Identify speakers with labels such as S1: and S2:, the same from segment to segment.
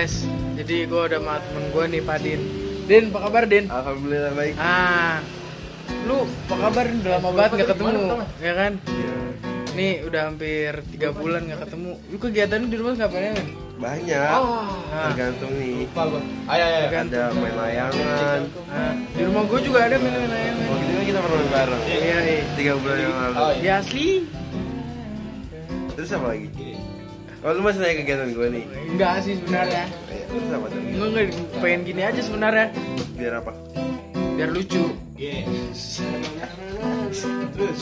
S1: Guys, jadi gue udah sama temen gue nih Padin. Din, apa kabar Din?
S2: Alhamdulillah baik.
S1: Ah, lu apa kabar? Udah lama banget nggak ketemu, ya kan?
S2: Iya.
S1: Nih udah hampir tiga bulan nggak ketemu. Lu kegiatan lu di rumah ngapain aja?
S2: Banyak.
S1: Ah,
S2: Tergantung nih.
S3: Ayo, ayo, ayo.
S1: tergantung.
S2: Ada main layangan.
S1: Ah, di rumah gue juga ada main main
S2: Waktu itu kita pernah main bareng.
S1: Iya, iya.
S2: Tiga bulan yang lalu.
S3: Oh,
S1: Di asli?
S2: Terus apa lagi? Oh, lu masih nanya kegiatan gue nih.
S1: Enggak sih sebenarnya.
S2: Iya, Terus apa tuh?
S1: Gue nggak pengen gini aja sebenarnya,
S2: Biar apa?
S1: biar lucu.
S3: Gini. Terus.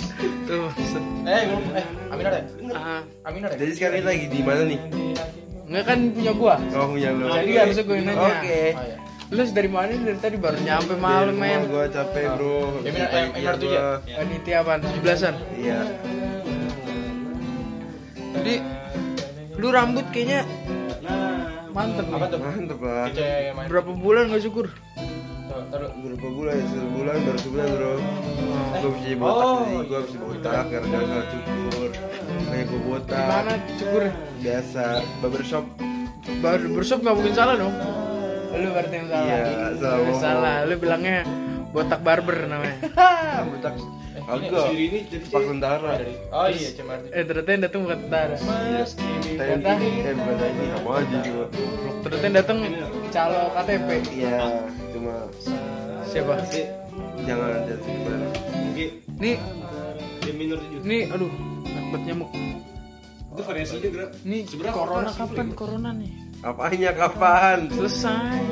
S1: Tuh. set.
S3: Eh, gua, eh, Aminar ya?
S1: Ah,
S3: Aminar ya?
S2: Jadi sekarang ini lagi di mana nih?
S1: nggak kan punya gua.
S2: Oh punya lu.
S1: Jadi harusnya gue nanya.
S2: Oke.
S3: Oh, iya.
S1: Lu dari mana sih? dari tadi baru nyampe malam men
S2: Gue capek bro.
S3: Ya, Minar, eh, Minar tuh ya?
S2: Gua-
S1: Panitia apaan? 17-an?
S2: Iya.
S1: Jadi lu rambut kayaknya mantep
S3: Apa
S1: nih
S3: tuh?
S2: Mantep lah.
S3: Kita main.
S1: Berapa bulan gak syukur?
S3: Tuh, taruh.
S2: Berapa bulan? ya? Sebulan baru sebulan bro. Gue bisa jadi botak
S3: Oh.
S2: sih. Gue bisa botak karena gak salah cukur. Kayak gue botak.
S1: Gimana syukur?
S2: biasa barbershop
S1: Baru bersup gak mungkin salah dong Lu berarti yang salah
S2: Iya, salah
S1: Lu
S2: ngomong.
S1: Salah, lu bilangnya botak barber namanya
S2: ah botak
S3: Eh,
S2: agak
S3: ini, si Rini jadi-
S2: pak tentara
S3: Oh iya, Cemardi.
S1: Eh ternyata yang dateng bukan tentara
S3: Mas kini.
S1: Botak.
S2: TNI eh bukan TNI Iya. sama aja juga
S1: Ternyata yang dateng calo KTP
S2: iya cuma
S1: Siapa?
S2: jangan ada sebarang
S1: Nih Nih, aduh Buat nyamuk
S4: Itu variasi juga.
S1: Nih, corona kapan? Corona nih
S2: apanya kapan
S1: Selesai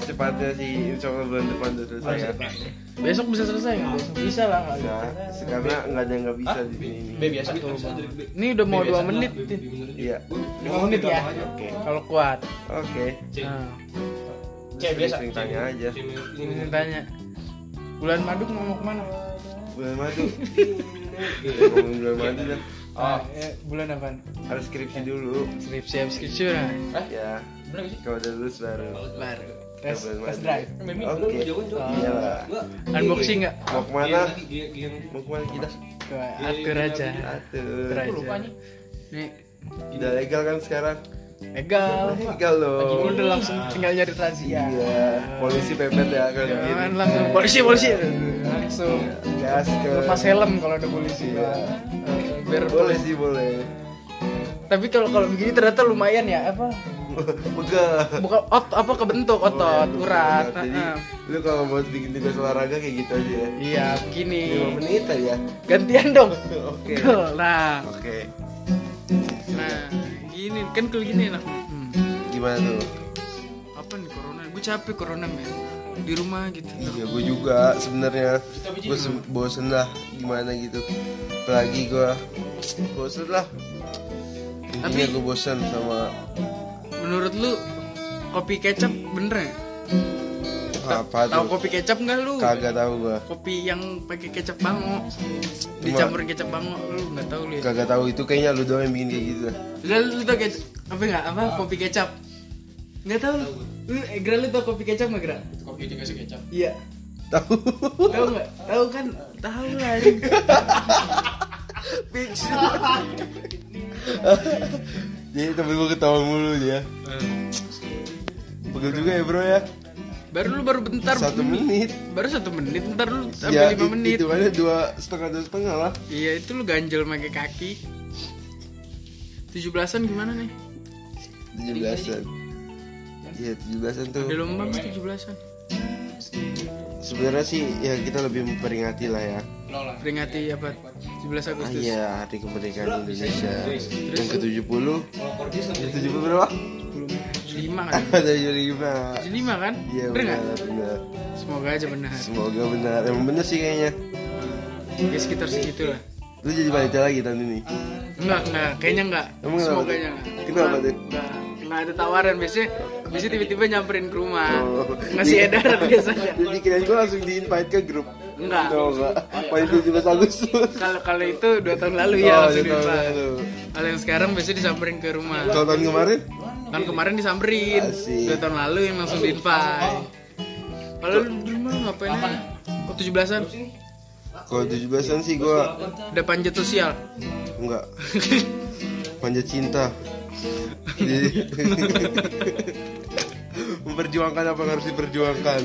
S2: secepatnya sih insya Allah bulan depan udah selesai ya
S1: Besok bisa selesai nggak? Besok bisa lah nggak bisa.
S2: nah sekarang nggak ada yang nggak bisa di sini
S3: B ya? biasa tuh.
S1: Ini udah mau 2 menit Tin.
S2: iya
S1: Lima menit ya
S2: oke
S1: Kalau kuat
S2: oke
S1: Nah,
S3: C biasa.
S2: sering tanya aja
S1: Ini tanya Bulan madu mau kemana?
S2: bulan madu ngomongin bulan madu kan
S3: Oh,
S1: Eh, bulan apa?
S2: harus skripsi dulu
S1: Skripsi habis skripsi udah
S2: ya
S3: bener gak sih? Kan
S2: kalau udah lulus baru
S1: Baru Test,
S2: Bulan
S1: test
S2: madu.
S1: drive
S3: Mimi.
S2: Oke. Iya lah.
S1: Unboxing nggak?
S2: Mau kemana? Mau kemana kita?
S1: Ke atur aja
S2: iya.
S1: Atur
S3: Aku lupa
S1: aja
S3: nih.
S1: Nih
S2: Udah legal kan sekarang?
S1: Legal Pak.
S2: Legal loh.
S1: Lu udah langsung tinggal nyari razia
S2: Iya. Polisi pepet ya kan
S1: Jangan
S2: gini.
S1: langsung polisi polisi Langsung
S2: Iya, Gas ke.
S1: Lepas helm kalau ada polisi
S2: Iya.
S1: Eh, Biar
S2: Boleh sih boleh.
S1: Tapi kalau kalau begini ternyata lumayan ya apa?
S2: Pegah.
S1: Bukan ot apa kebentuk
S2: Oh,
S1: otot, urat.
S2: iya, Jadi
S1: Heeh.
S2: lu kalau mau bikin tugas olahraga kayak gitu aja ya.
S1: Iya, begini.
S2: 5 menit aja.
S1: Gantian dong.
S2: Oke.
S1: Gol. Nah,
S2: Oke.
S1: nah, gini kan kalau gini enak. Hmm.
S2: Gimana tuh?
S1: Apa nih corona? Gue capek corona men. Di rumah gitu.
S2: Iya, gue juga sebenarnya gue bosen lah gimana gitu. Apalagi gue bosen lah. Intinya
S1: Tapi-
S2: gue bosen sama
S1: Menurut lu kopi kecap bener ya?
S2: apa
S1: Tahu
S2: tuh?
S1: kopi kecap nggak lu?
S2: Kagak tahu gue.
S1: Kopi yang pakai kecap bango. Dicampurin kecap bango lu nggak tahu lu ya?
S2: Kagak tahu itu kayaknya lu doang yang bikin kayak gitu.
S1: Udah lu tau kecap apa enggak? Apa kopi kecap? Enggak tahu. lu. Lu eh, Gra lu tau kopi kecap enggak, Gra?
S3: Kopi dikasih kecap.
S1: Iya.
S2: Tahu?
S1: Tahu enggak? Tahu kan? Tahu lah. anjing.
S2: Jadi temen gue ketawa mulu dia.
S1: Eh.
S2: Pegel juga ya bro ya.
S1: Baru lu baru bentar.
S2: Satu menit.
S1: Baru satu menit, ntar lu sampai
S2: Ya
S1: lima menit.
S2: itu mana dua setengah dua setengah lah.
S1: Iya, itu lu ganjel pakai kaki. 17-an gimana nih?
S2: Tujuh belasan. Iya tujuh belasan tuh.
S1: Ada lomba mas 17-an.
S2: Sebenarnya sih ya kita lebih memperingati lah ya.
S3: Lola.
S1: Peringati apa? 17
S2: Ah,
S1: Agustus.
S2: Iya hari kemerdekaan
S1: ya?
S2: Indonesia yang ke 70 Yang 70 berapa?
S1: 75 kan?
S2: Ada
S1: 75
S2: 75
S1: kan?
S2: Iya
S1: Bener
S2: benar
S1: nggak?
S2: benar
S1: Semoga aja benar.
S2: Semoga benar Emang benar sih kayaknya
S1: Ya sekitar segitu lah.
S2: Lu jadi panitia lagi tahun ini
S1: Enggak, enggak, kayaknya enggak.
S2: Emang kenapa
S1: Semoga
S2: tuh?
S1: enggak.
S2: Kenapa tuh?
S1: Enggak. Enggak ada tawaran biasanya. Biasanya tiba-tiba nyamperin ke rumah.
S2: Oh.
S1: Ngasih
S2: Iya.
S1: edaran biasanya. Iya,
S2: Jadi kira gue langsung di invite ke grup
S1: Enggak.
S2: Tau enggak Paling 17 Agustus
S1: Kalau kalau itu dua tahun lalu ya
S2: Oh,
S1: langsung
S2: dua tahun
S1: dibilang.
S2: lalu.
S1: Kalau yang sekarang biasanya disamperin ke rumah.
S2: Kalau tahun kemarin
S1: Kan kemarin disamperin.
S2: Asik. Oh.
S1: Dua tahun lalu yang langsung di-invite. Kalau lu di rumah ngapain? aja? Oh, 17-an.
S2: Kalau 17an sih gue
S1: Udah panjat sosial.
S2: Enggak Panjat cinta Jadi memperjuangkan apa yang harus diperjuangkan.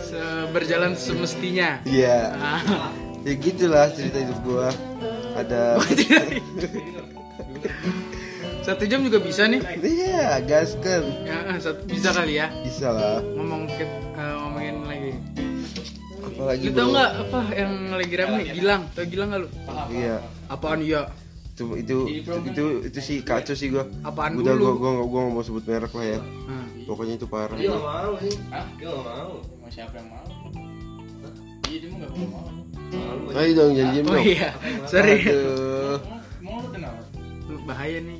S1: Se- berjalan semestinya
S2: Iya.
S1: Ah.
S2: Ya gitulah cerita hidup gua. Ada
S1: satu jam juga bisa nih
S2: Iya, gas kan.
S1: ya, ah, satu, bisa kali ya
S2: Bisa lah.
S1: ngomong ke, eh, ngomongin lagi
S2: Apalagi
S1: lu tau
S2: bro?
S1: nggak apa yang lagi rame Gilang tau Gilang nggak lu
S2: Iya.
S1: apaan ya
S2: Itu itu itu itu sih kacau sih gua.
S1: Apaan
S2: Udah
S1: dulu?
S2: gua gua gua nggak mau sebut merek lah ya.
S1: Ah.
S2: Pokoknya itu parah.
S4: Dia nggak mau sih.
S3: Hah?
S4: Dia nggak mau.
S3: Mau siapa yang mau? Iya dia mau nggak mau.
S4: Malu aja.
S2: Ayo dong janjian
S1: oh
S2: dong.
S1: iya sorry
S2: Aduh.
S3: Mau- Mau lu kenal?
S1: Lu bahaya nih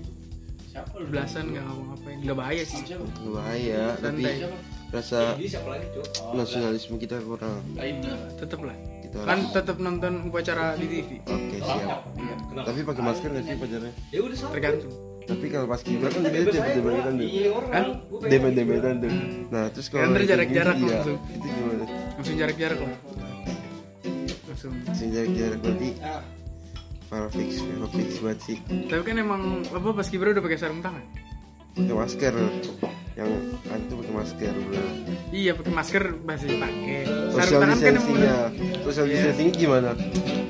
S3: Siapa lu?
S1: belasan nggak ngomong apa nggak bahaya sih
S3: Sama siapa?
S2: Bahaya, tapi
S1: Santai.
S3: Siapa?
S2: rasa
S4: Jadi siapa lagi Iya. cok?
S3: Oh,
S2: nasionalisme kita kurang.
S3: lah itu.
S1: tetep lah
S2: Kita
S1: kan
S2: harus-
S1: tetap nonton upacara di TV
S2: Oke, siap.
S1: Iya,
S4: Kenapa?
S2: Tapi pakai masker nggak sih pacarnya?
S4: Ya udah sama.
S1: tergantung
S2: Tapi kalau pas kibra kan
S4: Bebas
S2: biasanya
S4: aja gua.
S2: debet-debetan tuh.
S4: Iya, orang.
S1: Hah?
S4: Gua pengen
S2: Debet-debetan tuh. Nah, terus kalau
S1: Kan
S2: lagi
S1: berjarak-jarak
S2: gini, iya,
S1: langsung.
S2: Itu gimana?
S1: langsung jarak-jarak lah langsung
S2: Sing jarak-jarak berarti
S4: Ah,
S2: para fix, para fix banget sih.
S1: tapi kan emang apa pas kibra udah pakai sarung tangan
S2: Pakai masker. Yang kan itu pakai masker, bro.
S1: iya pakai masker masih pakai sarung
S2: Social
S1: tangan kan emang
S2: distancing-nya.
S1: udah
S2: Social
S1: Iya.
S2: distancing gimana?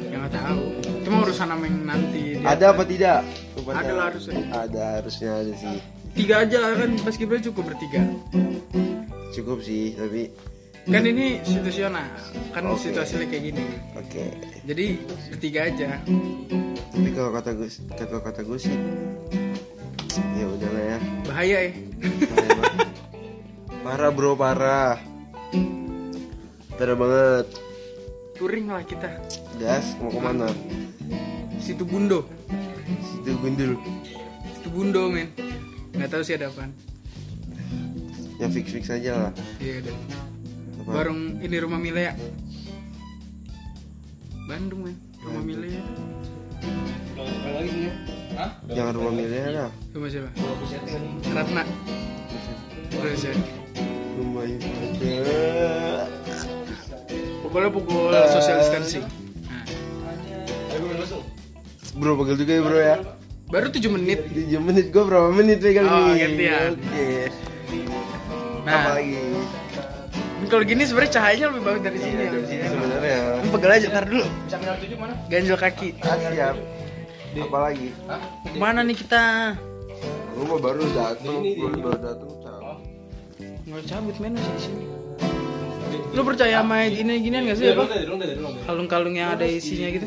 S1: ya nggak tahu cuma urusan sama yang nanti dia-
S2: Ada apa tidak? Upacara.
S1: Ada lah harusnya.
S2: Ada harusnya ada sih.
S1: tiga aja lah kan pas kibra cukup bertiga
S2: Cukup sih, tapi
S1: kan ini situasional kan
S2: Hmm. Oke.
S1: situasinya kayak gini
S2: oke.
S1: jadi bertiga aja
S2: tapi kalau kata gue kalau kata gue sih ya udahlah ya
S1: bahaya ya
S2: parah bro parah parah banget
S1: touring lah kita
S2: gas mau kemana
S1: situ bundo
S2: situ gundul
S1: situ bundo men nggak tahu sih ada apaan
S2: yang fix fix Ya, aja lah
S1: iya ada
S2: Apa?
S1: warung ini rumah Milea Bandung men rumah
S2: Bandung.
S1: Milea
S4: Udah nggak lagi sih ya.
S3: Hah?
S2: jangan rumah milenial lah
S1: rumah siapa
S4: Gua habis setting tadi.
S1: Ratna terus ya
S2: rumah itu
S1: pokoknya pukul social distancing Nah,
S4: Ayo Eh, gua langsung.
S2: bro pegel juga ya bro ya
S1: baru 7 menit
S2: 7 menit gue berapa menit pegang
S1: Oh,
S2: nih
S1: gantian.
S2: oke apa
S1: nah
S2: lagi
S1: kalau gini sebenarnya cahayanya lebih bagus dari sini
S2: iya
S1: ya.
S2: dari sini sebenarnya
S1: Lu pegel aja ntar dulu
S3: Sampai jam tujuh mana?
S1: ganjel kaki
S2: ah, siap apa lagi
S1: mana nih kita
S2: Lu mah baru datang, baru baru datang cang.
S1: nggak cabut men masih di sini lu percaya sama ini ginian gak sih
S3: Iya,
S4: Udah,
S1: apa
S4: udah, udah, udah, udah.
S1: kalung-kalung yang ada isinya gitu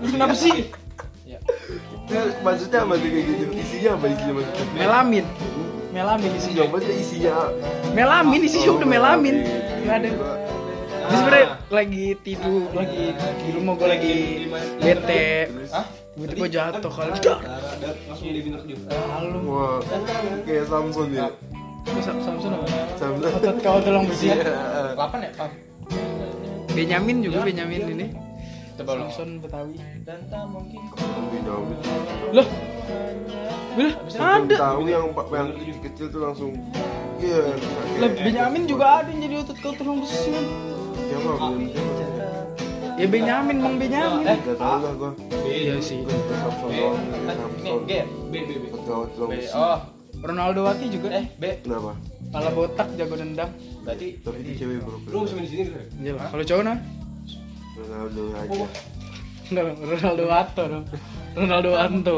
S1: Lu kenapa sih
S3: Ya.
S2: Nah, maksudnya apa tuh kayak gitu? Isinya apa isinya maksudnya?
S1: melamin melamin isinya
S2: Jawabannya isinya.
S1: melamin isinya
S2: Oh, iya,
S1: udah melamin Ah.
S2: melamin.
S1: nggak ada ini sebenernya lagi tidur lagi di rumah gue lagi bete
S4: Hah?
S1: tiba gue jatuh kali
S4: Tara, dar, langsung jadi bintang tujuh.
S1: lalu
S2: Wah, kayak Samson ya.
S1: gue Samson apa
S2: Samson.
S1: otot kau tolong
S2: Iya.
S1: besi
S3: Delapan ya? Pam.
S1: Iya. Benyamin juga Benyamin ini
S3: Coba lu.
S1: Samson Betawi
S3: Dan tak mungkin.
S2: Lebih dahulu.
S1: loh Loh,
S2: Belum
S1: ada
S2: Tahu yang pak yang kecil tuh langsung. Iya. kayak-
S1: lah Benyamin juga ada yang jadi otot kau tolong besi kan
S2: Siapa? Belum- siapa?
S1: ya Benyamin bang Benyamin
S2: Gak tau lah gua.
S1: iya sih
S2: Gua suka Samson
S3: Eh,
S2: doang. kayak
S3: Ini
S2: Samson.
S3: G.
S4: B, B, B.
S2: Otot kau
S3: B.
S2: tulang besi.
S3: eh, Oh.
S1: Ronaldo Wati juga eh
S3: Eh B.
S2: Kenapa?
S1: kepala botak jago dendam
S3: Berarti
S2: Tapi itu cewek bro.
S4: Lu nggak bisa main di sini Gre.
S1: Iya lah. Kalau cowok nah?
S2: Ronaldo
S3: Oh.
S2: aja.
S1: Enggak, Ronaldo Atto dong. Ronaldo Anto.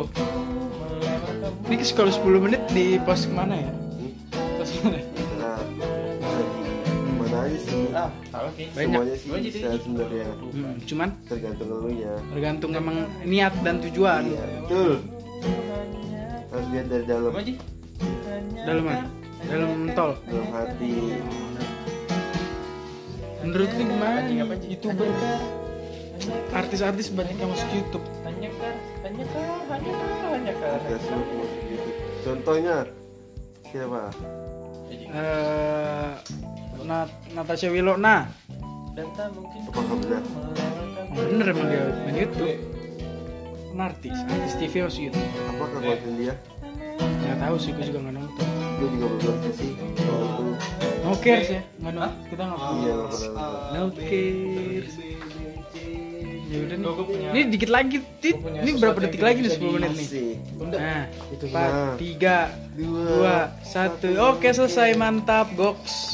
S1: Ini kalau 10 menit di pos mana ya?
S2: Hmm?
S1: Pos mana?
S2: Nah, mana aja sih?
S3: ah apa sih?
S2: Semuanya sih bisa sebenarnya
S1: Hmm, cuman
S2: tergantung elunya.
S1: tergantung emang niat dan tujuan.
S2: Iya, betul. Harus lihat dari dalam,
S3: Apa sih?
S4: Nah,
S1: Dalam
S4: kan?
S1: mana? Dalam tol.
S2: dalam hati.
S1: Menurut lu
S4: kan?
S1: gimana?
S3: Anjing apa, anjing?
S1: YouTuber. Artis-artis banyak yang masuk YouTube.
S3: Hanya kar, hanya kar, hanya kar, hanya kar.
S2: Kita semua mau begitu. gitu. Contohnya siapa?
S1: Eh, Nat Natasha Wilona.
S3: Dan tak mungkin.
S2: Apakah benar?
S3: melawan
S1: Oh, bener emang dia main YouTube. Kan Artis,
S4: Nah.
S1: artis TV masuk YouTube.
S2: Apakah
S1: Eh.
S2: konten dia?
S1: Gak tahu sih, gue juga gak nonton.
S2: Gue juga belum ngerti sih. Kalau itu,
S1: No cares ya, nggak no, kita nggak
S2: iya
S1: punya.
S2: nggak pernah. nonton.
S1: No cares,
S4: B, B, C, D.
S1: ya udah nih
S4: Tuh, gua punya-
S1: ini dikit lagi Tit.
S4: Gua punya
S1: ini berapa
S4: sesuatu
S1: detik
S4: yang
S1: lagi nih
S4: bisa
S1: 10 menit nih
S2: Asik.
S1: nah
S2: Itu
S1: empat
S2: nah.
S1: tiga
S2: Dua,
S1: dua satu oke selesai mantap goks